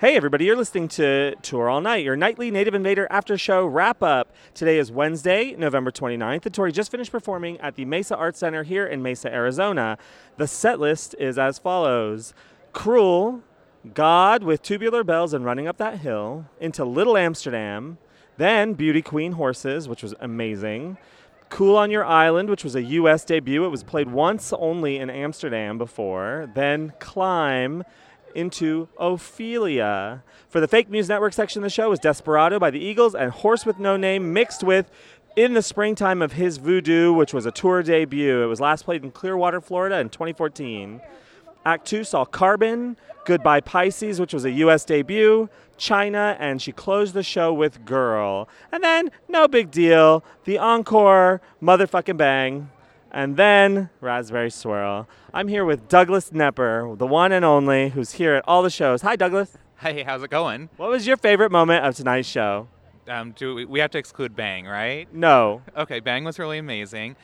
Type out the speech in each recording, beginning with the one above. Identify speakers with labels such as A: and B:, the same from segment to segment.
A: Hey, everybody, you're listening to Tour All Night, your nightly Native Invader after show wrap up. Today is Wednesday, November 29th, and Tori just finished performing at the Mesa Arts Center here in Mesa, Arizona. The set list is as follows Cruel, God with Tubular Bells and Running Up That Hill, into Little Amsterdam, then Beauty Queen Horses, which was amazing. Cool on Your Island, which was a US debut. It was played once only in Amsterdam before. Then Climb into Ophelia. For the Fake News Network section of the show is Desperado by the Eagles and Horse with No Name mixed with In the Springtime of His Voodoo, which was a tour debut. It was last played in Clearwater, Florida in 2014. Act two saw Carbon, Goodbye Pisces, which was a US debut, China, and she closed the show with Girl. And then, no big deal, the encore, motherfucking bang. And then, Raspberry Swirl. I'm here with Douglas Nepper, the one and only, who's here at all the shows. Hi, Douglas.
B: Hey, how's it going?
A: What was your favorite moment of tonight's show?
B: Um, do we, we have to exclude Bang, right?
A: No.
B: Okay, Bang was really amazing.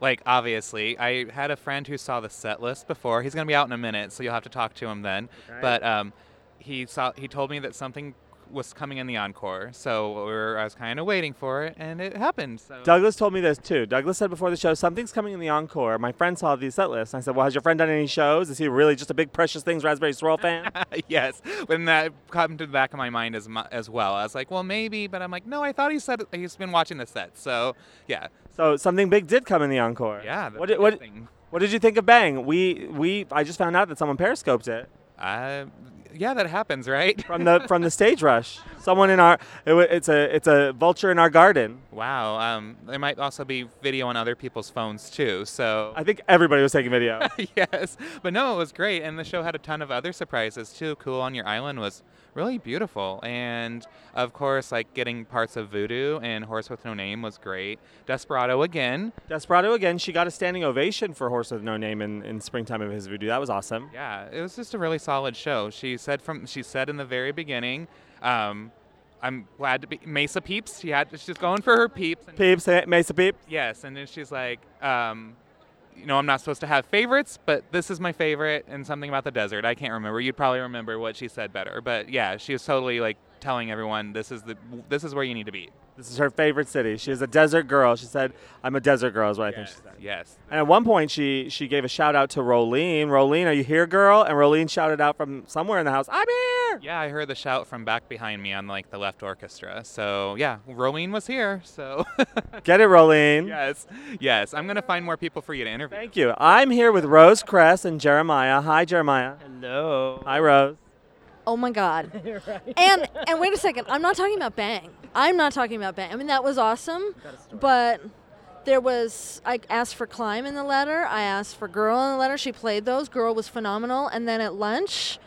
B: Like, obviously, I had a friend who saw the set list before. He's gonna be out in a minute, so you'll have to talk to him then.
A: Okay.
B: But um, he saw he told me that something was coming in the encore, so we were, I was kind of waiting for it, and it happened. So.
A: Douglas told me this too. Douglas said before the show, something's coming in the encore. My friend saw the set list. And I said, Well, has your friend done any shows? Is he really just a big Precious Things Raspberry Swirl fan?
B: yes, when that came to the back of my mind as mu- as well, I was like, well, maybe, but I'm like, no, I thought he said he's been watching the set. So yeah,
A: so something big did come in the encore.
B: yeah. the
A: What did,
B: biggest
A: what,
B: thing.
A: what did you think of Bang? We we I just found out that someone periscoped it
B: Uh, yeah, that happens, right?
A: from the from the stage rush. Someone in our it, wa- it's a it's a vulture in our garden.
B: wow. Um, there might also be video on other people's phones too. So
A: I think everybody was taking video.
B: yes, but no, it was great, and the show had a ton of other surprises too. Cool on Your Island was really beautiful, and of course, like getting parts of Voodoo and Horse with No Name was great. Desperado again.
A: Desperado again. She got a standing ovation for Horse with No Name in, in springtime of his voodoo. That was awesome.
B: Yeah, it was just a really solid show. She said from she said in the very beginning, um, I'm glad to be Mesa peeps. She had she's going for her peeps. And
A: Peeps, eh, Mesa Peep.
B: Yes, and then she's like, um, you know, I'm not supposed to have favorites, but this is my favorite, and something about the desert. I can't remember. You'd probably remember what she said better, but yeah, she was totally like telling everyone this is the this is where you need to be.
A: This is her favorite city. She is a desert girl. She said, "I'm a desert girl." Is what I think she said.
B: Yes.
A: And at one point, she she gave a shout out to Rolene. Rolene, are you here, girl? And Rolene shouted out from somewhere in the house, "I'm here!"
B: Yeah, I heard the shout from back behind me on like the left orchestra. So yeah, Roween was here. So
A: Get it, Rolene.
B: yes, yes, I'm gonna find more people for you to interview.
A: Thank you. I'm here with Rose Cress and Jeremiah. Hi, Jeremiah.
C: Hello.
A: Hi, Rose.
D: Oh my God. And and wait a second. I'm not talking about Bang. I'm not talking about Bang. I mean that was awesome, but there was I asked for climb in the letter. I asked for girl in the letter. She played those. Girl was phenomenal. And then at lunch,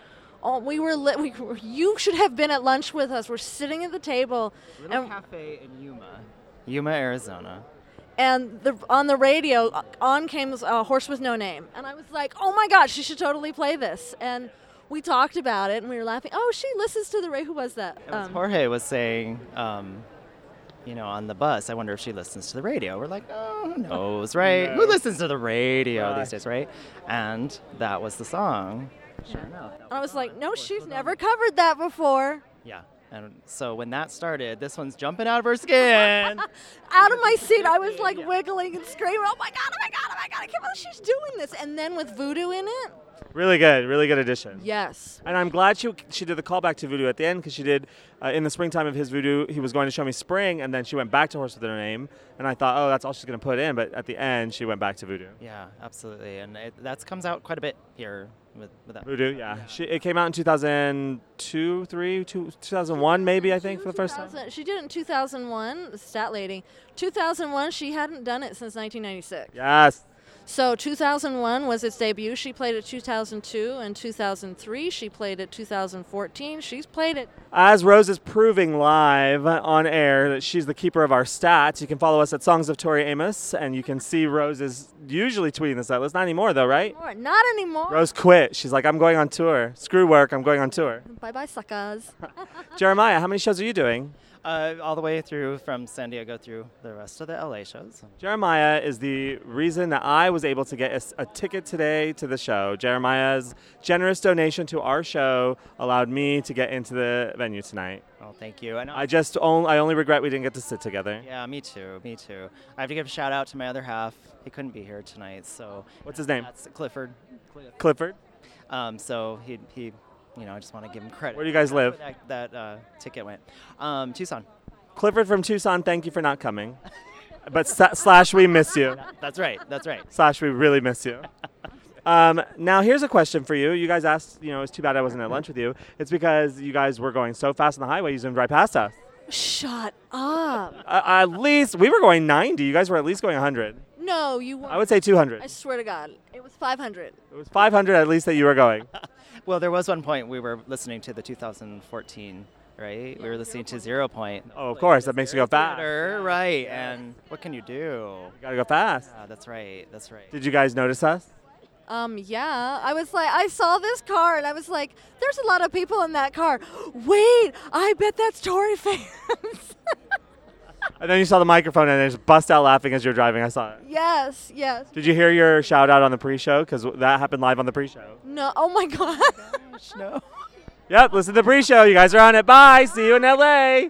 D: oh, we were lit. We, were- you should have been at lunch with us. We're sitting at the table,
C: Little
D: and
C: cafe in Yuma. Yuma, Arizona.
D: and the, on the radio uh, on came uh, horse with no name and i was like oh my gosh she should totally play this and we talked about it and we were laughing oh she listens to the ray who was that
C: As
D: Um,
C: Jorge was saying, um, you know, on the bus, I wonder if she listens to the radio. We're like, oh, who knows, right? Who listens to the radio
A: Right.
C: these days, right? And that was the song. Sure enough. that
D: and i was like
C: on.
D: no
C: Of course,
D: she's
C: was
D: never
C: on.
D: covered that before
C: Yeah. And so when that started, this one's jumping out of her skin.
D: out of my seat i was like wiggling and screaming oh my god oh my god oh my god i can't believe she's doing this and then with voodoo in it
A: Really good. Really good addition.
D: yes
A: And I'm glad she she did the callback to Voodoo at the end because she did uh, in the springtime of his Voodoo. He was going to show me spring, and then she went back to Horse with her name. And I thought, oh, that's all she's going to put in. But at the end, she went back to Voodoo.
C: yeah, absolutely. And it, that comes out quite a bit here with, with that.
A: Voodoo, yeah. She, it came out in 2002, 3, two- 2001, maybe, I think, for the first time.
D: 2000 she did it in 2001 the stat lady 2001 she hadn't done it since 1996
A: Yes.
D: So 2001 was its debut. She played it 2002 and 2003. She played it 2014. She's played it.
A: As Rose is proving live on air that she's the keeper of our stats, you can follow us at Songs of Tori Amos, and you can see Rose is usually tweeting this out. It's not anymore, though, right?
D: More. Not anymore.
A: Rose quit. She's like, I'm going on tour. Screw work, I'm going on tour.
D: Bye bye, suckers.
A: Jeremiah, how many shows are you doing?
C: Uh, all the way through from San Diego through the rest of the LA shows.
A: Jeremiah is the reason that I was able to get a s- a, ticket today to the show. Jeremiah's generous donation to our show allowed me to get into the venue tonight.
C: Oh, thank you. And
A: I just only, I only regret we didn't get to sit together.
C: yeah, me too. Me too. I have to give a shout out to my other half. He couldn't be here tonight, so
A: What's his name?
C: that's Clifford.
A: Clifford.
C: Um, so he he, you know, I just want to give him credit.
A: Where do you guys live?
C: That, that uh, ticket went. Um, Tucson.
A: Clifford from Tucson. Thank you for not coming, but sa- slash we miss you.
C: That's right. That's right.
A: Slash, we really miss you. Um, now, here's a question for you. You guys asked, you know, it's too bad I wasn't at lunch with you. It's because you guys were going so fast on the highway, you zoomed right past us.
D: Shut up.
A: Uh, at least we were going 90. You guys were at least going 100.
D: No, you weren't.
A: I would say 200.
D: I swear to God, it was 500.
A: It was 500 at least that you were going.
C: Well, there was one point we were listening to the 2014, right? we were listening to Zero Point.
A: Oh, of course, that makes you go fast. You
C: Better, right? And what can you do?
A: gotta go fast.
C: Yeah, that's right. That's right.
A: Did you guys notice us?
D: Um, yeah. I was like, I saw this car and I was like, there's a lot of people in that car. Wait, I bet that's Tory fans.
A: And then you saw the microphone and just bust out laughing as you were driving. I saw it.
D: yes, yes.
A: Did you hear your shout out on the pre-show? Because that happened live on the pre-show.
D: No, oh my God.
C: no.
A: Yep, listen to the pre-show. You guys are on it. Bye. See you in LA.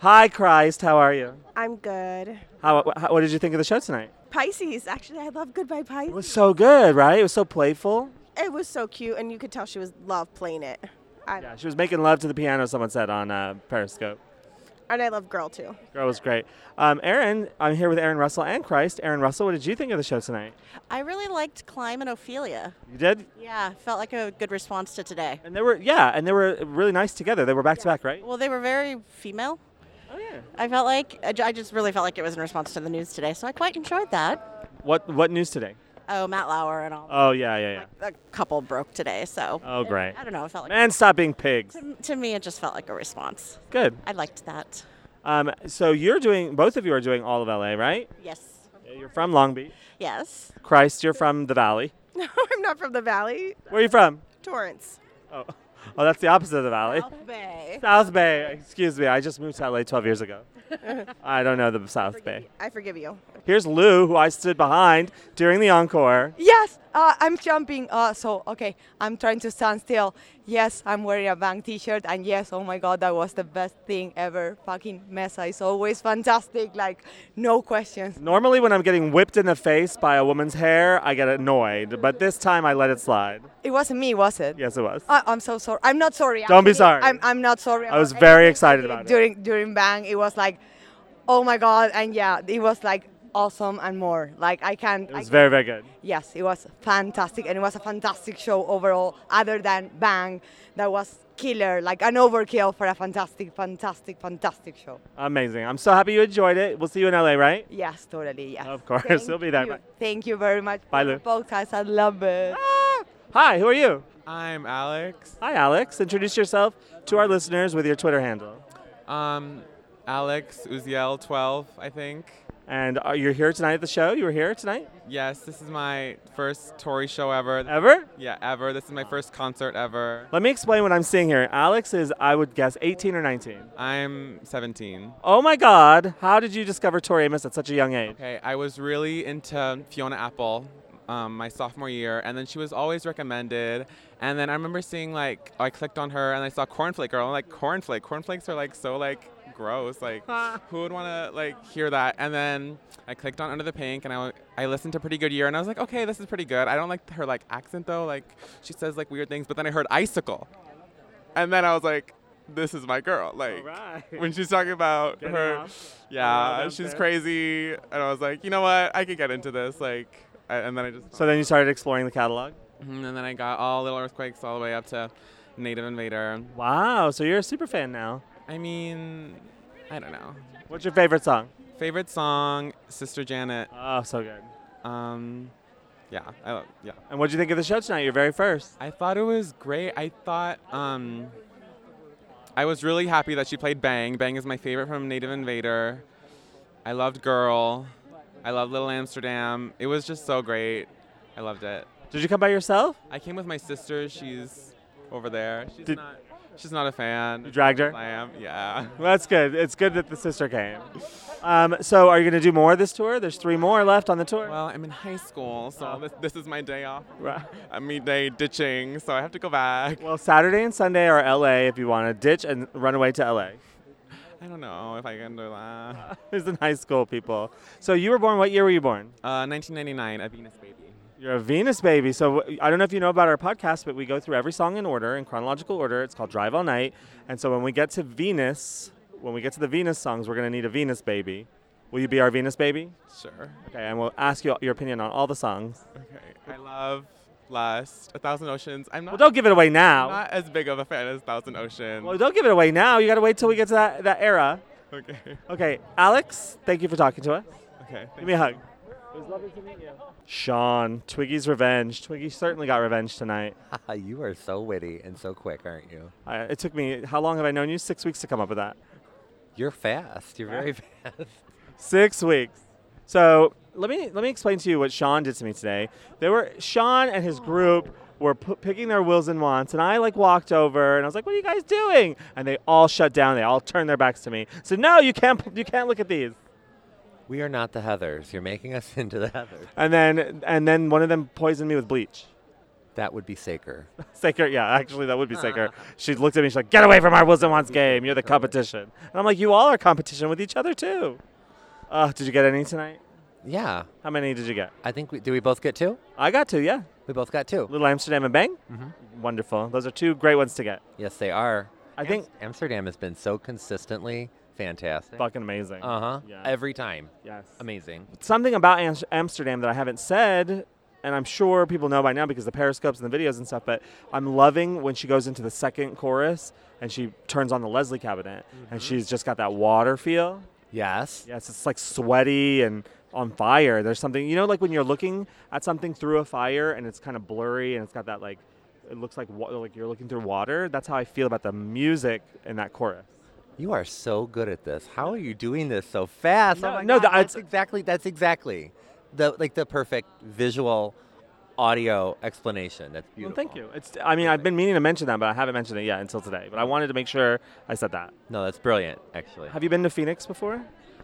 A: Hi, Christ. How are you?
E: I'm good.
A: How, wh- how what did you think of the show tonight?
E: Pisces, actually, I love Goodbye Pisces.
A: It was so good, right? It was so playful.
E: It was so cute, and you could tell she was love playing it. I,
A: Yeah, she was making love to the piano. Someone said on uh, Periscope.
E: And I love Girl too.
A: Girl was great. Um, Aaron, I'm here with Aaron Russell and Christ. Aaron Russell, what did you think of the show tonight?
F: I really liked Climb and Ophelia.
A: You did,
F: Yeah, felt like a good response to today.
A: and they were yeah, and they were really nice together. They were back to back, right?
F: Well, they were very female.
A: Oh yeah.
F: I felt like I ju- I just really felt like it was in response to the news today, so I quite enjoyed that.
A: What what news today?
F: Oh, Matt Lauer and all.
A: Oh yeah yeah yeah.
F: a couple broke today, so
A: Oh great.
F: I don't know. It felt like
A: Man, stop being pigs.
F: to, to me, it just felt like a response.
A: Good.
F: I liked that.
A: Um, so you're doing both of you are doing all of LA, right?
F: Yes,
A: Yeah, You're from Long Beach.
F: yes.
A: Christ, you're from the Valley.
E: No, I'm not from the Valley.
A: Where are you from?
E: Torrance.
A: Oh, oh, that's the opposite of the Valley.
E: South Bay.
A: South Bay. Excuse me. I just moved to LA 12 years ago. I don't know the South Bay.
E: I forgive you.
A: Here's Lou, who I stood behind during the encore.
G: Yes, uh, I'm jumping. Uh, so, okay, I'm trying to stand still. Yes, I'm wearing a Bang t shirt. And yes, oh my God, that was the best thing ever. Fucking Mesa is always fantastic. Like, no questions.
A: Normally, when I'm getting whipped in the face by a woman's hair, I get annoyed, but this time I let it slide.
G: It wasn't me, was it?
A: Yes, it was.
G: I, I'm so sorry. I'm not sorry.
A: Don't be
G: actually.
A: sorry.
G: I'm, I'm not sorry.
A: I
G: about
A: was very
G: anything.
A: excited about it.
G: During, during Bang, it was like, oh my God. And yeah, it was like awesome and more. Like, I can't.
A: It was
G: I,
A: very, very good.
G: Yes, it was fantastic, and it was a fantastic show overall. Other than Bang, that was killer, like an overkill for a fantastic, fantastic, fantastic show.
A: Amazing. I'm so happy you enjoyed it. We'll see you in LA, right?
G: Yes, totally. Yes.
A: Of course,
G: Thank
A: we'll be there.
G: you.
A: Bye.
G: Thank you very much. for
A: Bye,
G: the
A: Lou.
G: Podcast, I love it.
A: Hi, who are you?
H: I'm Alex.
A: Hi, Alex. Introduce yourself to our listeners with your Twitter handle.
H: Um, Alex Uziel, 12, I think.
A: And are you here tonight at the show? You were here tonight?
H: Yes, this is my first Tory show ever.
A: Ever?
H: Yeah, ever. This is my first concert ever.
A: Let me explain what I'm seeing here. Alex is, I would guess, 18 or 19.
H: I'm 17.
A: Oh my God! How did you discover Tori Amos at such a young age?
H: Okay, I was really into Fiona Apple um, my sophomore year, and then she was always recommended. And then I remember seeing like I clicked on her and I saw Cornflake Girl. I'm like Cornflake. Cornflakes are like so like gross. Like who would want to like hear that? And then I clicked on Under the Pink and I wa- I listened to Pretty Good Year and I was like, okay, this is pretty good. I don't like her like accent though. Like she says like weird things. But then I heard Icicle, and then I was like, this is my girl. Like when she's talking about
A: Getting
H: her,
A: off. Getting
H: yeah,
A: off
H: she's
A: there.
H: crazy, and I was like, you know what, I could get into this, like, I, and then I just,
A: So then you started exploring the catalog.
H: Mhm, and then I got all Little Earthquakes all the way up to Native Invader.
A: Wow! So you're a super fan now.
H: I mean, I don't know.
A: What's your favorite song?
H: Favorite song, Sister Janet.
A: Oh, so good.
H: Um, yeah, I love, yeah.
A: And what did you think of the show tonight? Your very first.
H: I thought it was great. I thought um, I was really happy that she played Bang. Bang is my favorite from Native Invader. I loved Girl. I loved Little Amsterdam. It was just so great. I loved it.
A: Did you come by yourself?
H: I came with my sister. She's over there. She's
A: Did-
H: not. She's not a fan.
A: You dragged her?
H: I am. Yeah.
A: Well, that's good. It's good that the sister came. Um, so, are you going to do more this tour? There's three more left on the tour.
H: Well, I'm in high school, so this, this is my day off.
A: Oh. Right.
H: I mean, day ditching, so I have to go back.
A: Well, Saturday and Sunday are LA if you want to ditch and run away to LA.
H: I don't know if I can do that.
A: It's in high school, people. So, you were born, what year were you born?
H: Uh, 1999, a Venus baby.
A: You're a Venus baby. So w- I don't know if you know about our podcast, but we go through every song in order, in chronological order. It's called Drive All Night. And so when we get to Venus, when we get to the Venus songs, we're going to need a Venus baby. Will you be our Venus baby?
H: Sure.
A: Okay, and we'll ask you your opinion on all the songs.
H: Okay. I love Lust, A Thousand Oceans. I'm
A: Well,
H: not,
A: don't give it away now.
H: not as big of a fan as Thousand Oceans.
A: Well, don't give it away now. You got to wait till we get to that, that era.
H: okay.
A: Okay, Alex, thank you for talking to us.
H: Okay.
A: Give me a hug. It was lovely to meet you. Sean, Twiggy's revenge. Twiggy certainly got revenge tonight.
I: you are so witty and so quick, aren't you?
A: I, it took me, how long have I known you? Six weeks to come up with that.
I: You're fast. You're very fast.
A: Six weeks. So let me let me explain to you what Sean did to me today. They were Sean and his group were p- picking their wills and wants, and I like walked over and I was like, "What are you guys doing?" And they all shut down. They all turned their backs to me. So no, you can't you can't look at these.
I: We are not the Heathers. You're making us into the Heathers.
A: And then and then one of them poisoned me with bleach.
I: That would be Saker.
A: Saker, yeah, actually that would be Saker. She looked at me. She's like, "Get away from our wills and wants game. You're the competition." And I'm like, "You all are competition with each other too." Uh, did you get any tonight?
I: Yeah.
A: How many did you get?
I: I think we do we both get two?
A: I got two. Yeah.
I: We both got two. Mm-hmm.
A: Little Amsterdam and Bang. Wonderful. Those are two great ones to get.
I: Yes, they are.
A: I think
I: Amsterdam has been so consistently fantastic.
A: fucking amazing.
I: Uh huh.
A: Yeah.
I: Every time.
A: yes.
I: Amazing.
A: Something about Am- Amsterdam that I haven't said, and I'm sure people know by now because the periscopes and the videos and stuff. But I'm loving when she goes into the second chorus and she turns on the Leslie cabinet, and she's just got that water feel.
I: Yes.
A: Yes, it's like sweaty and on fire. There's something you know, like when you're looking at something through a fire and it's kind of blurry and it's got that like. It looks like wa- like you're looking through water. That's how I feel about the music in that chorus.
I: You are so good at this. How are you doing this so fast?
A: No,
I: oh my
A: no,
I: God,
A: the-
I: that's
A: it's-
I: exactly that's exactly the like the perfect visual audio explanation. That's
A: Well,
I: beautiful.
A: thank you. It's. I mean, I've been meaning to mention that, but I haven't mentioned it yet until today. But I wanted to make sure I said that.
I: No, that's brilliant. Actually,
A: Have you been to Phoenix before?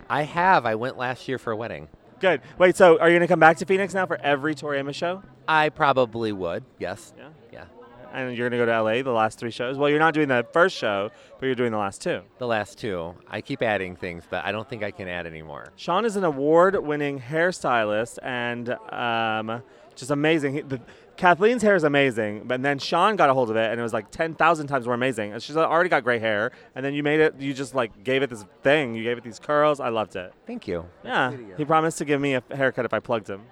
I: I have. I went last year for a wedding.
A: Good. Wait. So, are you gonna come back to Phoenix now for every Tori Amos show?
I: I probably would. Yes.
A: Yeah.
I: Yeah.
A: And you're gonna go to LA the last three shows. Well, you're not doing the first show, but you're doing the last two.
I: The last two. I keep adding things, but I don't think I can add anymore.
A: Sean is an award-winning hairstylist and um, just amazing. He, the, Kathleen's hair is amazing, but then Sean got a hold of it, and it was like ten thousand times more amazing. And she's already got gray hair, and then you made it. You just like gave it this thing. You gave it these curls. I loved it.
I: Thank you.
A: Yeah, he promised to give me a haircut if I plugged him.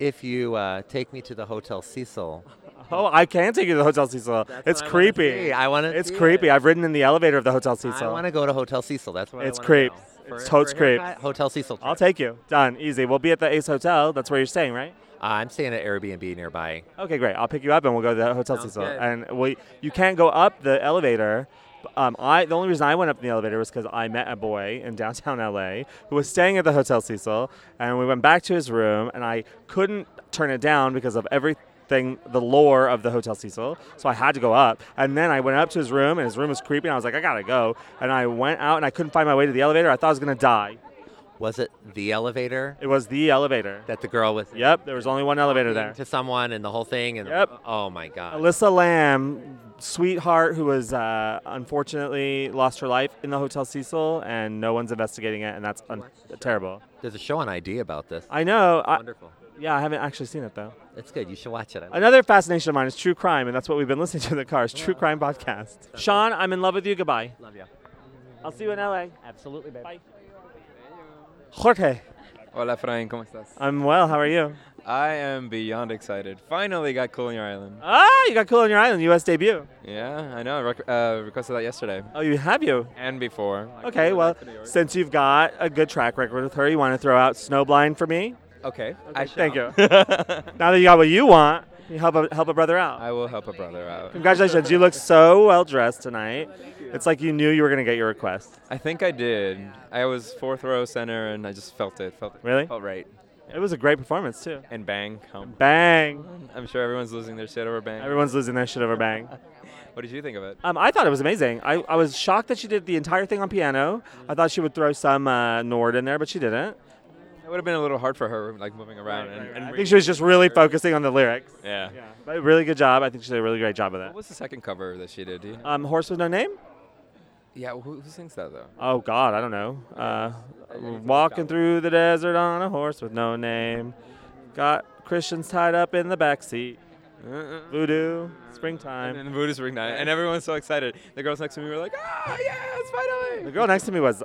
I: If you uh, take me to the Hotel Cecil,
A: Oh, I can take you to the Hotel Cecil. it's
I: what I wanna
A: creepy.
I: see. I wanna
A: It's
I: see
A: creepy.
I: it.
A: I've ridden in the elevator of the Hotel
I: I want
A: Cecil.
I: to go to Hotel Cecil. That's what
A: It's
I: I wanna
A: creep.
I: know.
A: It's
I: a-
A: totes
I: a
A: creep.
I: haircut, uh, Hotel Cecil.
A: I'll
I: trip.
A: take you. Done. Easy. We'll be at the Ace Hotel. That's where you're staying, right?
I: Uh, I'm staying at Airbnb nearby.
A: Okay, great. I'll pick you up and we'll go to the Hotel
I: Sounds
A: Cecil.
I: good.
A: And we, you can't go up the elevator. Um, I the only reason I went up in the elevator was because I met a boy in downtown LA who was staying at the Hotel Cecil, and we went back to his room, and I couldn't turn it down because of everything the lore of the Hotel Cecil, so I had to go up. And then I went up to his room, and his room was creepy, and I was like, I gotta go. And I went out, and I couldn't find my way to the elevator. I thought I was gonna die.
I: Was it the elevator
A: It was the elevator.
I: that the girl was? in?
A: Yep, there was only one elevator there.
I: to someone and the whole thing and
A: Yep.
I: oh my god
A: Alyssa Lamb, sweetheart who was uh, unfortunately lost her life in the Hotel Cecil, and no one's investigating it, and that's un- terrible.
I: there's a show on id about this
A: I know. I,
I: wonderful
A: yeah, I haven't actually seen it though.
I: it's good you should watch it I-
A: Another fascination of mine is true crime, and that's what we've been listening to in the cars. True crime podcast. Sean, I'm in love with you. Goodbye. Love
I: ya.
A: I'll see you in LA.
I: absolutely babe.
A: Jorge,
J: Hola, Fran, ¿cómo estás?
A: I'm well. How are you?
J: I am beyond excited. Finally got Cool in Your Island.
A: Ah, you got cool on your island. U.S. debut.
J: Yeah, I know. I rec- uh, requested that yesterday
A: Oh, you have you.
J: and before.
A: Okay, well, since you've got a good track record with her, you want to throw out Snowblind for me?
J: Okay. I shall.
A: Thank you. now that you got what you want, you help a, help a brother out.
J: I will help a brother out.
A: Congratulations, you look so well dressed tonight. It's like you knew you were gonna get your request.
J: I think I did. I was fourth row center, and I just felt it. Felt it.
A: Really?
J: Felt right.
A: It was a great performance too.
J: And bang, home.
A: Bang!
J: I'm sure everyone's losing their shit over bang.
A: Everyone's losing their shit over bang.
J: What did you think of it?
A: Um, I thought it was amazing. I, I was shocked that she did the entire thing on piano. I thought she would throw some uh, Nord in there, but she didn't.
J: It would have been a little hard for her, like moving around. and, and
A: I think she was just really focusing on the lyrics.
J: Yeah.
A: But really good job. I think she did a really great job with
J: What
A: it.
J: was the second cover that she did? Do you know?
A: Um, Horse with No Name?
J: yeah, who, who sings that though?
A: Oh, God, I don't know. Uh, walking through the desert on a horse with no name. Got Christians tied up in the backseat. Uh-uh. Voodoo, springtime.
J: And Voodoo Spring Night, and everyone's so excited. The girls next to me were like, "Ah, yes, finally!"
A: The girl next to me was,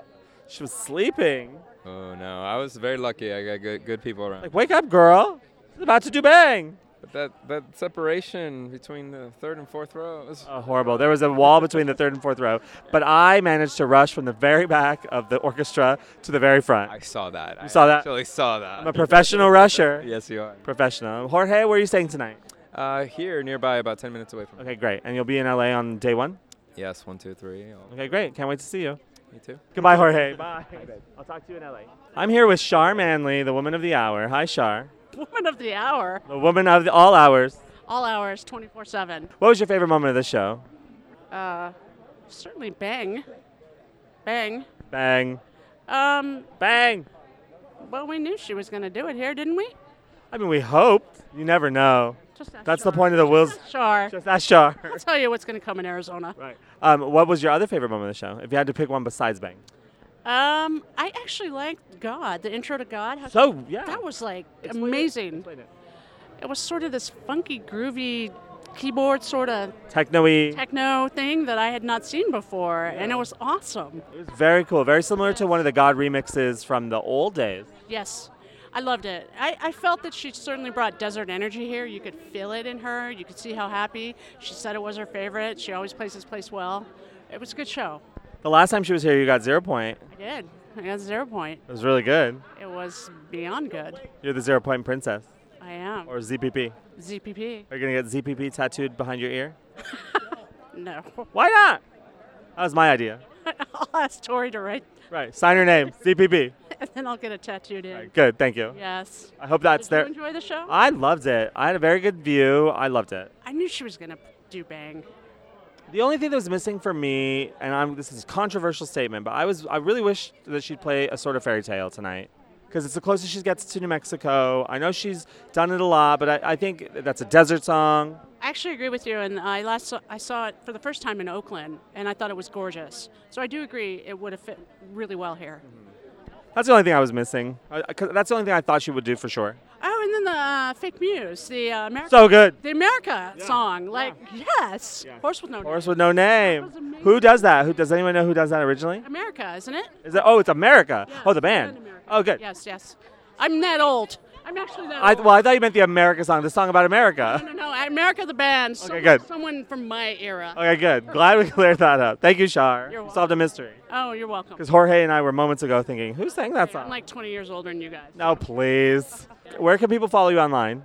A: she was sleeping.
J: Oh no, I was very lucky. I got good, good people around.
A: Like, wake up, girl. It's about to do bang.
J: But that that separation between the third and fourth rows.
A: Uh, horrible. There was a wall between the third and fourth row, but I managed to rush from the very back of the orchestra to the very front.
J: I saw that.
A: You saw
J: I
A: that?
J: Actually saw that.
A: I'm a professional rusher.
J: yes, you are.
A: Professional. Jorge, where are you staying tonight?
J: Uh, here, nearby, about ten minutes away from.
A: Okay, great. And you'll be in LA on day one?
J: Yes, one, two, three. all-
A: Okay, great. Can't wait to see you.
J: Me too.
A: Goodbye, Jorge. Bye.
K: babe.
A: I'll talk to you in LA. I'm here with Shar Manley, the woman of the hour. Hi, Shar.
K: Woman of the hour.
A: The woman of the, all hours.
K: All hours, 24 7.
A: What was your favorite moment of the show?
K: Uh, certainly bang. Bang.
A: Bang.
K: Um,
A: bang.
K: Well, we knew she was going to do it here, didn't we?
A: I mean, we hoped. You never know.
K: Just ask
A: That's the point of the Wills.
K: Sure.
A: Just ask Shar.
K: I'll tell you what's going to come in Arizona.
A: Right. Um, what was your other favorite moment of the show? If you had to pick one besides Bang.
K: Um, I actually liked God, the intro to God. How-
A: So, yeah.
K: That was like amazing. It. was sort of this funky, groovy keyboard sort of
A: Techno-y.
K: techno thing that I had not seen before, and it was awesome.
A: Very cool. Very similar to one of the God remixes from the old days.
K: Yes, I loved it. I, I felt that she certainly brought desert energy here. You could feel it in her. You could see how happy. She said it was her favorite. She always plays this place well. It was a good show.
A: The last time she was here, you got zero point.
K: I did. I got zero point.
A: It was really good.
K: It was beyond good.
A: You're the zero point princess.
K: I am.
A: Or ZPP.
K: ZPP.
A: Are you going to get ZPP tattooed behind your ear?
K: No.
A: Why not? That was my idea.
K: I'll ask Tori to write,
A: Right. Sign your name, ZPP.
K: and then I'll get it tattooed in.
A: Good. Thank you.
K: Yes.
A: I hope that's
K: Did
A: there.
K: you enjoy the show?
A: I loved it. I had a very good view. I loved it.
K: I knew she was gonna do bang.
A: The only thing that was missing for me, and I'm, this is a controversial statement, but I was I really wish that she'd play a sort of fairy tale tonight because it's the closest she gets to New Mexico. I know she's done it a lot, but I, I think that's a desert song.
K: I actually agree with you, and I last saw, I saw it for the first time in Oakland, and I thought it was gorgeous. So I do agree it would have fit really well here.
A: That's the only thing I was missing. I, I- 'cause that's the only thing I thought she would do for sure.
K: Oh, and then the uh, fake muse, the uh, America,
A: So good.
K: the America song, like yes, horse with no
A: Horse with no name. Who does that? Who does anyone know who does that originally?
K: America, isn't it?
A: Is it? Oh, it's America. oh, the band. Oh, good.
K: Yes, yes. I'm that old. I'm actually that
A: I,
K: old.
A: well, I thought you meant the America song, the song about America.
K: no, no, no, America the band. someone,
A: good.
K: Someone from my era.
A: Okay, good. Glad we cleared that up. Thank you, Shar.
K: You're welcome.
A: Solved a mystery.
K: Oh, you're welcome.
A: Because Jorge and I were moments ago thinking, who sang that
K: I'm
A: song?
K: like 20 years older than you guys.
A: No, please. Where can people follow you online?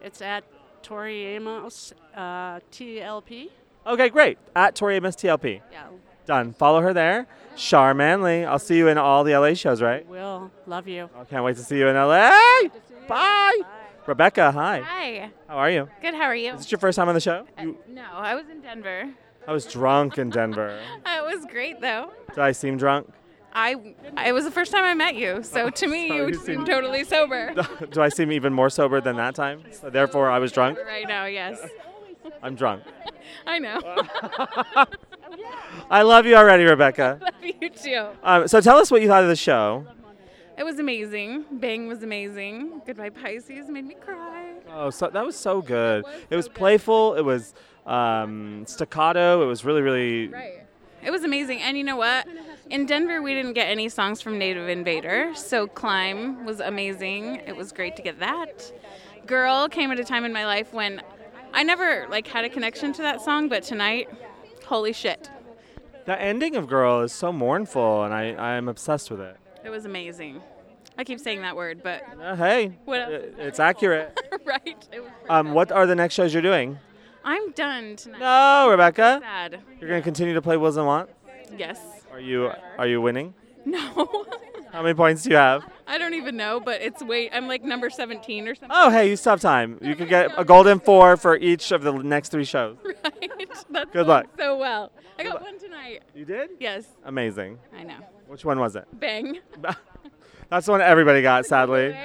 K: It's at Tori Amos uh, TLP.
A: Okay, great. At Tori Amos TLP.
K: Yeah.
A: Done. Follow her there. Shar Manley. I'll see you in all the LA shows, right?
K: Will, love you.
A: I can't wait to see you in LA. Bye. Rebecca, hi.
L: Hi.
A: How are you?
L: Good. How are you? Uh,
A: Is this your first time on the show? You,
L: no, I was in Denver. Uh,
A: I was drunk in Denver.
L: It was great though.
A: Did I seem drunk?
L: I it was the first time I met you,
A: Oh,
L: so to me you seem totally sober
A: Do I seem even more sober than that time? So therefore, I was drunk?
L: right now. Yes,
A: I'm drunk.
L: I know.
A: I love you already, Rebecca.
L: Love you too.
A: Um, so tell us what you thought of the show.
L: It was amazing. Bang was amazing. Goodbye Pisces made me cry.
A: Oh, so that was so good. It was playful. It was um, staccato. It was really, really.
L: Right. It was amazing. And you know what? In Denver, we didn't get any songs from Native Invader. So Climb was amazing. It was great to get that. Girl came at a time in my life when I never like had a connection to that song, but tonight, holy shit.
A: The ending of Girl is so mournful, and I, I am obsessed with it.
L: It was amazing. I keep saying that word, but
A: Uh, hey,
L: What else?
A: it- it's accurate.
L: right. It was-
A: Um, what are the next shows you're doing?
L: I'm done tonight.
A: No, Rebecca.
L: Sad.
A: You're gonna continue to play Wills and Want.
L: Yes.
A: Are you Are you winning?
L: No.
A: How many points do you have?
L: I don't even know, but it's wait. I'm like number 17 or something.
A: Oh, hey, you still have time. You could get a golden four for each of the next three shows.
L: Right. That's
A: Good luck.
L: So well. I got one tonight.
A: You did?
L: Yes.
A: Amazing.
L: I know.
A: Which one was it?
L: Bang.
A: That's the one everybody got, sadly.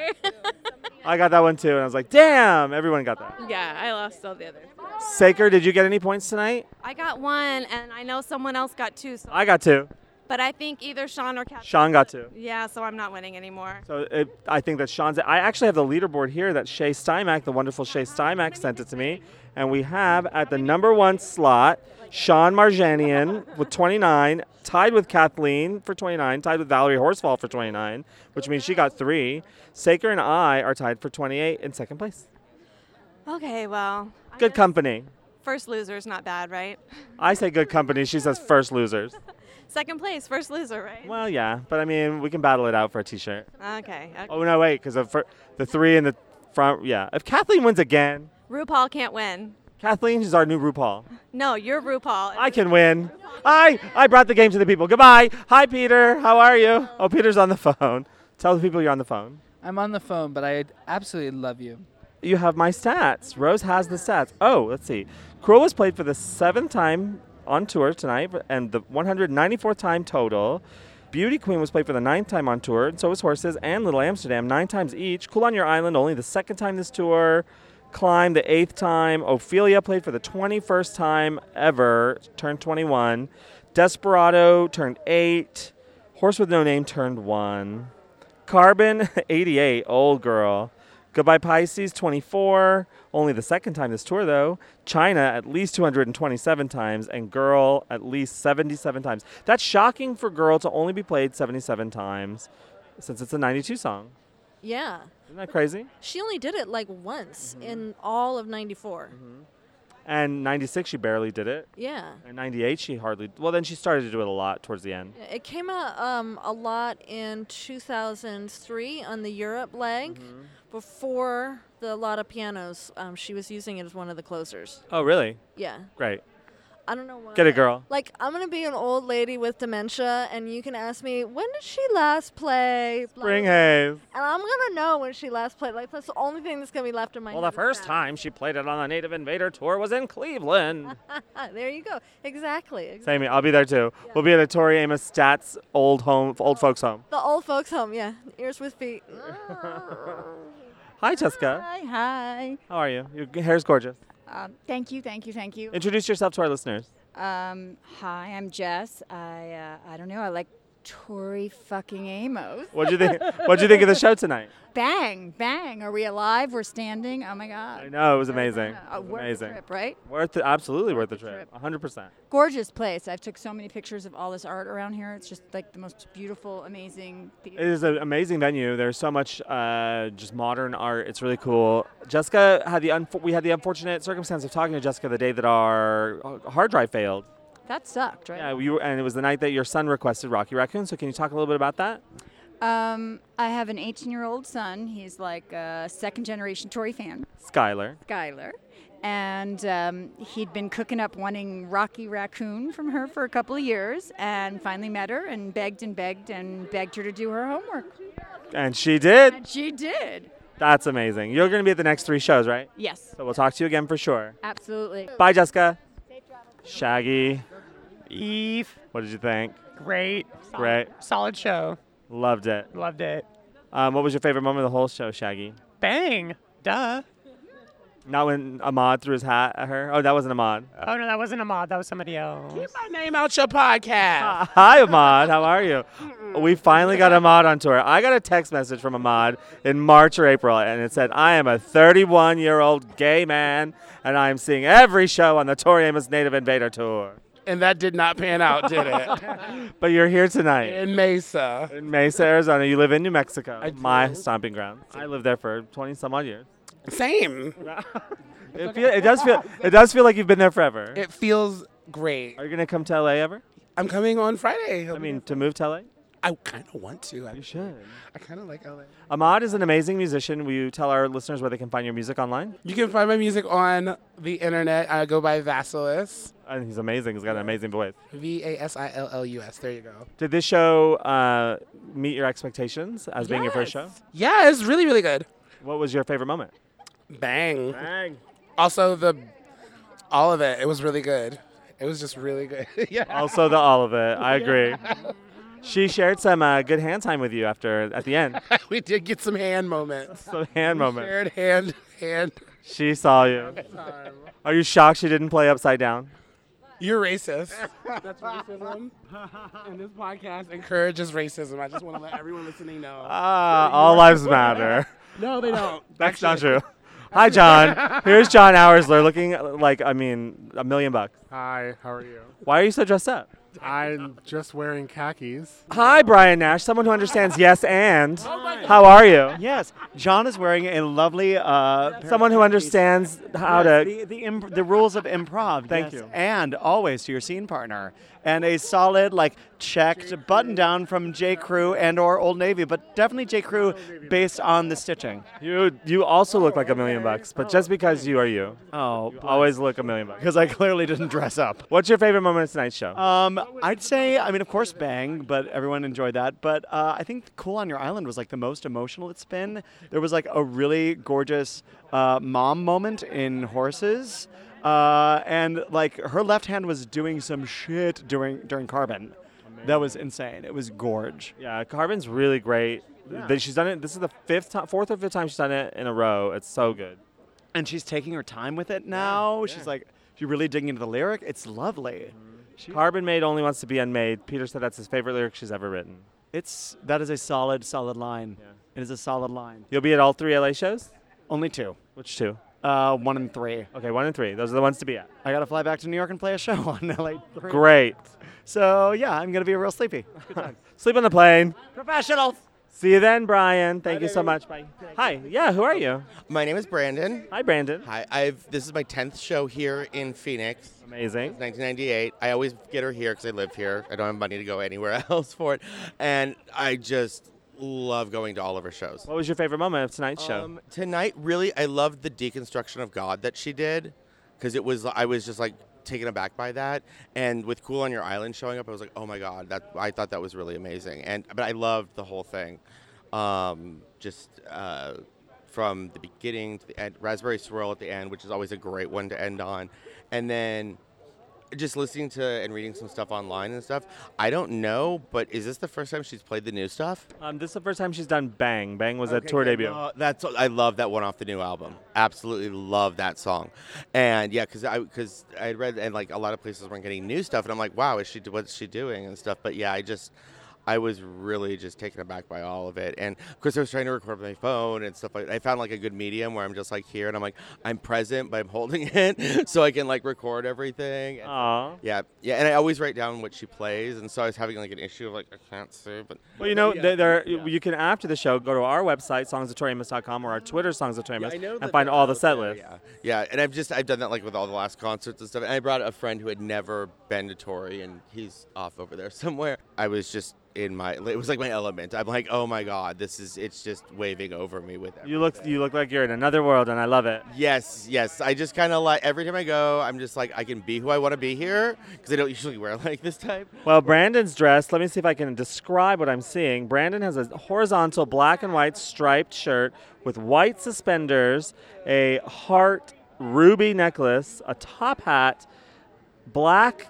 A: I got that one too, and I was like, damn, everyone got that.
M: Yeah, I lost all the others.
A: Saker, did you get any points tonight?
M: I got one, and I know someone else got two. So
A: I got two.
M: But I think either Sean or Kat.
A: Sean got two.
M: Yeah, so I'm not winning anymore.
A: So it, I think that Sean's. I actually have the leaderboard here that Shay Stymack, the wonderful Shay Stymack, sent it to me. And we have at the number one slot Sean Marjanian with 29, tied with Kathleen for 29, tied with Valerie Horsfall for 29, which means she got three. Saker and I are tied for 28 in second place.
M: Okay, well,
A: Good company.
M: first loser is not bad, right?
A: I say good company. She says first losers.
M: Second place, first loser, right?
A: Well, yeah, but I mean, we can battle it out for a t shirt.
M: Okay. okay.
A: Oh, no, wait, because the three in the front, yeah. If Kathleen wins again,
M: RuPaul can't win.
A: Kathleen is our new RuPaul.
M: No, you're RuPaul.
A: I can win. I I brought the game to the people. Goodbye. Hi, Peter. How are you? Oh, Peter's on the phone. Tell the people you're on the phone.
N: I'm on the phone, but I absolutely love you.
A: You have my stats. Rose has the stats. Oh, let's see. Cruel was played for the seventh time on tour tonight and the 194th time total. Beauty Queen was played for the ninth time on tour, and so was Horses and Little Amsterdam, nine times each. Cool on Your Island, only the second time this tour. Climb, the eighth time. Ophelia played for the 21st time ever, turned 21. Desperado turned eight. Horse with No Name turned one. Carbon, 88, old girl. Goodbye Pisces, 24. Only the second time this tour, though. China, at least 227 times. And Girl, at least 77 times. That's shocking for Girl to only be played 77 times since it's a 92 song.
D: Yeah.
A: Isn't that crazy?
D: She only did it like once
A: Mm-hmm.
D: in all of 94.
A: And 96, she barely did it.
D: Yeah.
A: And 98, she hardly. Well, then she started to do it a lot towards the end.
D: It came out um, a lot in 2003 on the Europe leg.
A: Mm-hmm.
D: Before the lot of pianos, um, she was using it as one of the closers.
A: Oh, really?
D: Yeah.
A: Great.
D: I don't know why.
A: Get it, girl.
D: Like, I'm going to be an old lady with dementia, and you can ask me, when did she last play? blah,
A: Spring
D: blah, blah?"
A: Haze.
D: And I'm going to know when she last played. Like, that's the only thing that's going to be left in my
A: Well, the
D: head.
A: first time she played it on the Native Invader tour was in Cleveland.
D: there you go. Exactly. exactly.
A: Sammy, I'll be there too. We'll be at a Tori Amos Stats old home, old folks home.
D: The old folks home, yeah. Ears with feet.
A: Hi, Jessica.
O: Hi, hi.
A: How are you? Your hair's gorgeous.
O: Um, thank you, thank you, thank you.
A: Introduce yourself to our listeners.
O: Um, hi, I'm Jess. I uh, I don't know. I like Tori fucking Amos.
A: What'd you think? what'd you think of the show tonight?
O: Bang, bang. Are we alive? We're standing. Oh my god.
A: I know it was amazing.
O: Uh,
A: It was
O: worth the
A: amazing.
O: trip, right?
A: Worth the, absolutely worth the trip. 100%.
O: Gorgeous place. I've took so many pictures of all this art around here. It's just like the most beautiful, amazing.
A: It is an amazing venue. There's so much uh, just modern art. It's really cool. Jessica had the unf we had the unfortunate circumstance of talking to Jessica the day that our uh, hard drive failed.
O: That sucked, right?
A: Yeah, you were, and it was the night that your son requested Rocky Raccoon. So can you talk a little bit about that?
O: Um, I have an 18 year old son. He's like a second generation Tory fan.
A: Skylar.
O: Skylar. And um, he'd been cooking up wanting Rocky Raccoon from her for a couple of years and finally met her and begged and begged and begged her to do her homework.
A: And she did.
O: And she did.
A: That's amazing. You're going to be at the next three shows, right?
O: Yes.
A: So we'll talk to you again for sure.
O: Absolutely.
A: Bye, Jessica. Shaggy. Eve. What did you think?
P: Great.
A: Great.
P: Solid show.
A: Loved it.
P: Loved it.
A: Um, what was your favorite moment of the whole show, Shaggy?
P: Bang. Duh.
A: Not when Ahmad threw his hat at her. Oh, that wasn't Ahmad.
P: Oh no, that wasn't Ahmad. That was somebody else. Keep my name out your podcast.
A: Hi, Ahmad. How are you? We finally got Ahmad on tour. I got a text message from Ahmad in March or April, and it said, I am a 31 year old gay man, and I'm seeing every show on the Tori Amos Native Invader Tour.
Q: And that did not pan out, did it? Uh,
A: But you're here tonight
Q: In Mesa.
A: in Mesa, Arizona. You live in New Mexico, my stomping ground. I lived there for 20 some odd years.
Q: Same.
A: It, feel, it does feel it does feel like you've been there forever.
Q: It feels great.
A: Are you gonna come to LA ever?
Q: I'm coming on Friday.
A: I mean, to move to LA.
Q: I kind of want to. You
A: should.
Q: I kind of like LA.
A: Ahmad is an amazing musician. Will you tell our listeners where they can find your music online?
Q: You can find my music on the internet. I go by Vasilis.
A: And he's amazing. He's got an amazing voice.
Q: V A S I L L U S. There you go.
A: Did this show uh, meet your expectations as being your first show?
Q: Yeah, it's really, really good.
A: What was your favorite moment?
Q: Bang.
A: Bang.
Q: Also, the all of it. It was really good. It was just really good. yeah.
A: Also the all of it. I agree. She shared some uh, good hand time with you after at the end.
Q: we did get some hand moments.
A: Some hand
Q: we
A: moments.
Q: Shared hand hand.
A: She saw you. Are you shocked she didn't play upside down?
Q: You're racist. That's racism. and this podcast encourages racism. I just want to let everyone listening know.
A: Ah, all lives matter.
Q: No, they don't.
A: That's not true. Hi, John. Here's John Howersler looking like, I mean, a million bucks.
R: Hi, how are you?
A: Why are you so dressed up?
R: I'm just wearing khakis.
A: Hi, Brian Nash, someone who understands yes and.
S: Oh
A: How are you?
S: Yes, John is wearing a lovely. Uh,
A: Someone who understands how
S: Yes,
A: to.
S: the the, imp- the rules of improv.
A: Thank
S: yes,
A: you.
S: And always to your scene partner, and a solid like checked button down from J Crew and or Old Navy, but definitely J Crew based on the stitching.
A: You you also look like a million bucks, but just because you are you.
S: Oh,
A: you always look a million bucks.
S: Because I clearly didn't dress up.
A: What's your favorite moment of tonight's show?
S: Um, I'd say, I mean, of course, Bang, but everyone enjoyed that. But uh, I think Cool on Your Island was like the most emotional it's been. There was like a really gorgeous uh, mom moment in Horses. Uh, and like her left hand was doing some shit during during Carbon. That was insane. It was gorge.
A: Yeah, Carbon's really great.
S: Yeah.
A: That She's done it. This is the fifth time, fourth or fifth time she's done it in a row. It's so good.
S: And she's taking her time with it now. She's like, she's really digging into the lyric. It's lovely.
A: Mm-hmm. Carbon Maid only wants to be unmade. Peter said that's his favorite lyric she's ever written.
S: It's that is a solid, solid line. It is a solid line.
A: You'll be at all three LA shows?
S: Only two.
A: Which two?
S: Uh, one and three.
A: Okay, one and three. Those are the ones to be at.
S: I gotta fly back to New York and play a show on LA. Three.
A: Great.
S: So yeah, I'm gonna be real sleepy.
A: Sleep on the plane.
T: Professionals.
A: See you then, Brian. Thank you so much. Bye. Hi. Yeah, who are you?
T: My name is Brandon.
A: Hi, Brandon.
T: Hi. I've this is my tenth show here in Phoenix.
A: Amazing.
T: 1998. I always get her here because I live here. I don't have money to go anywhere else for it, and I just love going to all of her shows.
A: What was your favorite moment of tonight's show?
T: Um, tonight, really, I loved the deconstruction of God that she did, because it was I was just like taken aback by that. And with Cool on Your Island showing up, I was like, oh my god, that I thought that was really amazing. And but I loved the whole thing, um, just uh, from the beginning to the end. Raspberry Swirl at the end, which is always a great one to end on, and then. Just listening to and reading some stuff online and stuff. I don't know, but is this the first time she's played the new stuff?
A: Um, this is the first time she's done Bang. Bang was a
T: Okay,
A: tour
T: good.
A: debut.
T: Uh, that's I love that one off the new album. Absolutely love that song, and yeah, because I because I had read and like a lot of places weren't getting new stuff, and I'm like, wow, is she what's she doing and stuff? But yeah, I just I was really just taken aback by all of it, and of course I was trying to record with my phone and stuff like I found like a good medium where I'm just like here and I'm like I'm present, but I'm holding it so I can like record everything. And-
A: Aw.
T: Yeah, yeah, and I always write down what she plays, and so I was having like an issue of like I can't see, but
A: Well, you know,
T: Yeah.
A: there, there- you can after the show go to our website songsoftoriamus.com or our Twitter songs of Toriamus
T: I know
A: and
T: that
A: find
T: they're
A: all the
T: out
A: set
T: there,
A: list.
T: Yeah, and I've just I've done that like with all the last concerts and stuff. And I brought a friend who had never been to Tory, and he's off over there somewhere. I was just in my it was like my element. I'm like, oh my god, this is it's just waving over me with everything.
A: You look you look like you're in another world, and I love it.
T: Yes, yes. I just kind of like every time I go, I'm just like I can be who I want to be here because I don't usually wear like this type.
A: Well, Brandon's dressed. Let me see if I can describe what I'm seeing. Brandon has a horizontal black and white striped shirt with white suspenders, a heart ruby necklace, a top hat, black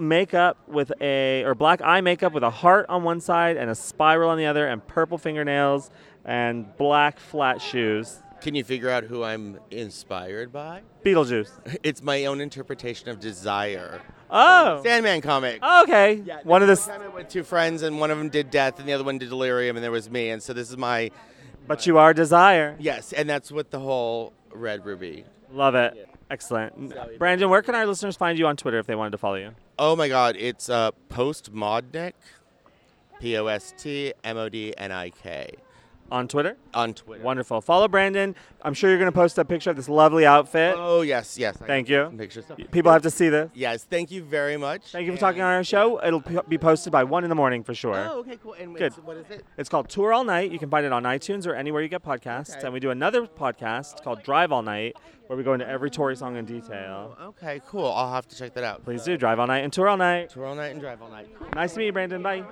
A: makeup with a or black eye makeup with a heart on one side and a spiral on the other and purple fingernails and black flat shoes.
T: Can you figure out who I'm inspired by?
A: Beetlejuice.
T: It's my own interpretation of desire.
A: Oh.
T: Sandman comic.
A: Okay. one of the s-
T: time I went two friends, and one of them did death, and the other one did delirium, and there was me. And so this is my.
A: But you are desire.
T: Yes, and that's what the whole red ruby.
A: Love it. Excellent. Brandon, where can our listeners find you on Twitter if they wanted to follow you?
T: Oh my God! It's uh, post modnik, p o s t m o d n i k.
A: On Twitter?
T: On Twitter.
A: Wonderful. Follow Brandon. I'm sure you're going to post a picture of this lovely outfit.
T: Oh yes, yes. I
A: Thank
T: got
A: you.
T: some Pictures.
A: People have to see this.
T: Yes, thank you very much.
A: Thank you for talking on our show. It'll p- be posted by one in the morning for sure.
T: Oh, okay, cool. And wait,
A: Good.
T: so what is it?
A: It's called Tour All Night. You can find it on iTunes or anywhere you get podcasts.
T: Okay.
A: And we do another podcast called Drive All Night, where we go into every Tory song in detail.
T: Oh, Okay, cool. I'll have to check that out.
A: Please do Drive All Night and Tour All Night.
T: Tour all night and drive all night.
A: Nice to meet you, Brandon. Bye.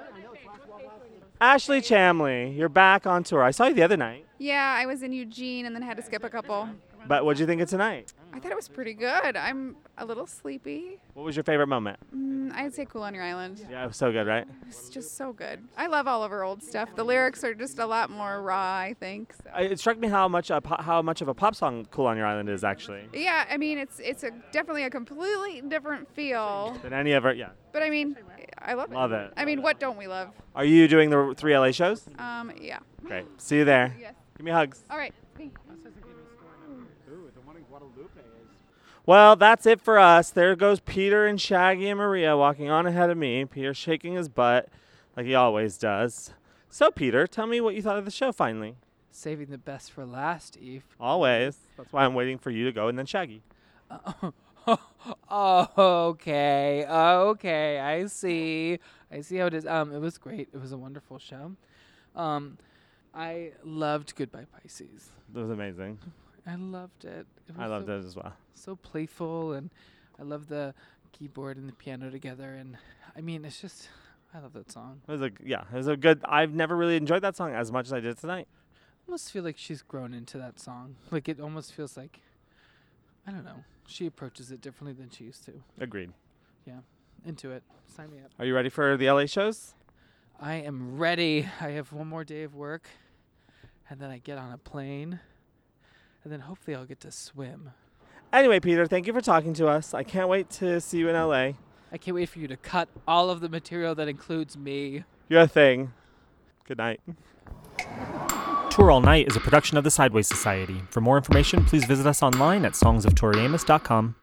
A: Ashley Chamley, you're back on tour. I saw you the other night,
U: Yeah, I was in Eugene and then had to skip a couple.
A: but what do you think of tonight?
U: I thought it was pretty good. I'm a little sleepy.
A: What was your favorite moment?
U: Mm, I'd say Cool on Your Island.
A: Yeah, it was so good, right?
U: It's just so good. I love all of her old stuff. The lyrics are just a lot more raw, I think. So.
A: I- It struck me how much a po- how much of a pop song "Cool on Your Island" is actually
U: Yeah, I mean, it's it's a definitely a completely different feel.
A: than any other. Yeah.
U: But I mean, I love it.
A: Love it.
U: I mean, what don't we love?
A: Are you doing the three LA shows?
U: Um, yeah.
A: Great. See you there.
U: Yes.
A: Give me hugs.
U: All right.
A: Well, that's it for us. There goes Peter and Shaggy and Maria walking on ahead of me. Peter shaking his butt like he always does. So, Peter, tell me what you thought of the show finally.
N: Saving the best for last, Eve.
A: Always. That's why I'm waiting for you to go and then Shaggy.
N: Oh, okay, okay. I see. I see how it is. Um, it was great. It was a wonderful show. Um, I loved Goodbye Pisces.
A: That was amazing.
N: I loved it. it
A: I
N: was
A: loved
N: so-
A: it as well.
N: So playful, and I love the keyboard and the piano together. And I mean, it's just, I love that song.
A: It was a yeah, it was a good. I've never really enjoyed that song as much as I did tonight.
N: almost feel like she's grown into that song. Like it almost feels like, I don't know. She approaches it differently than she used to.
A: Agreed.
N: Yeah, into it. Sign me up.
A: Are you ready for the LA shows?
N: I am ready. I have one more day of work, and then I get on a plane, and then hopefully I'll get to swim.
A: Anyway, Peter, thank you for talking to us. I can't wait to see you in LA.
N: I can't wait for you to cut all of the material that includes me.
A: You're a thing. Good night.
V: Tour All Night is a production of the Sideways Society. For more information, please visit us online at songsoftoriamus.com.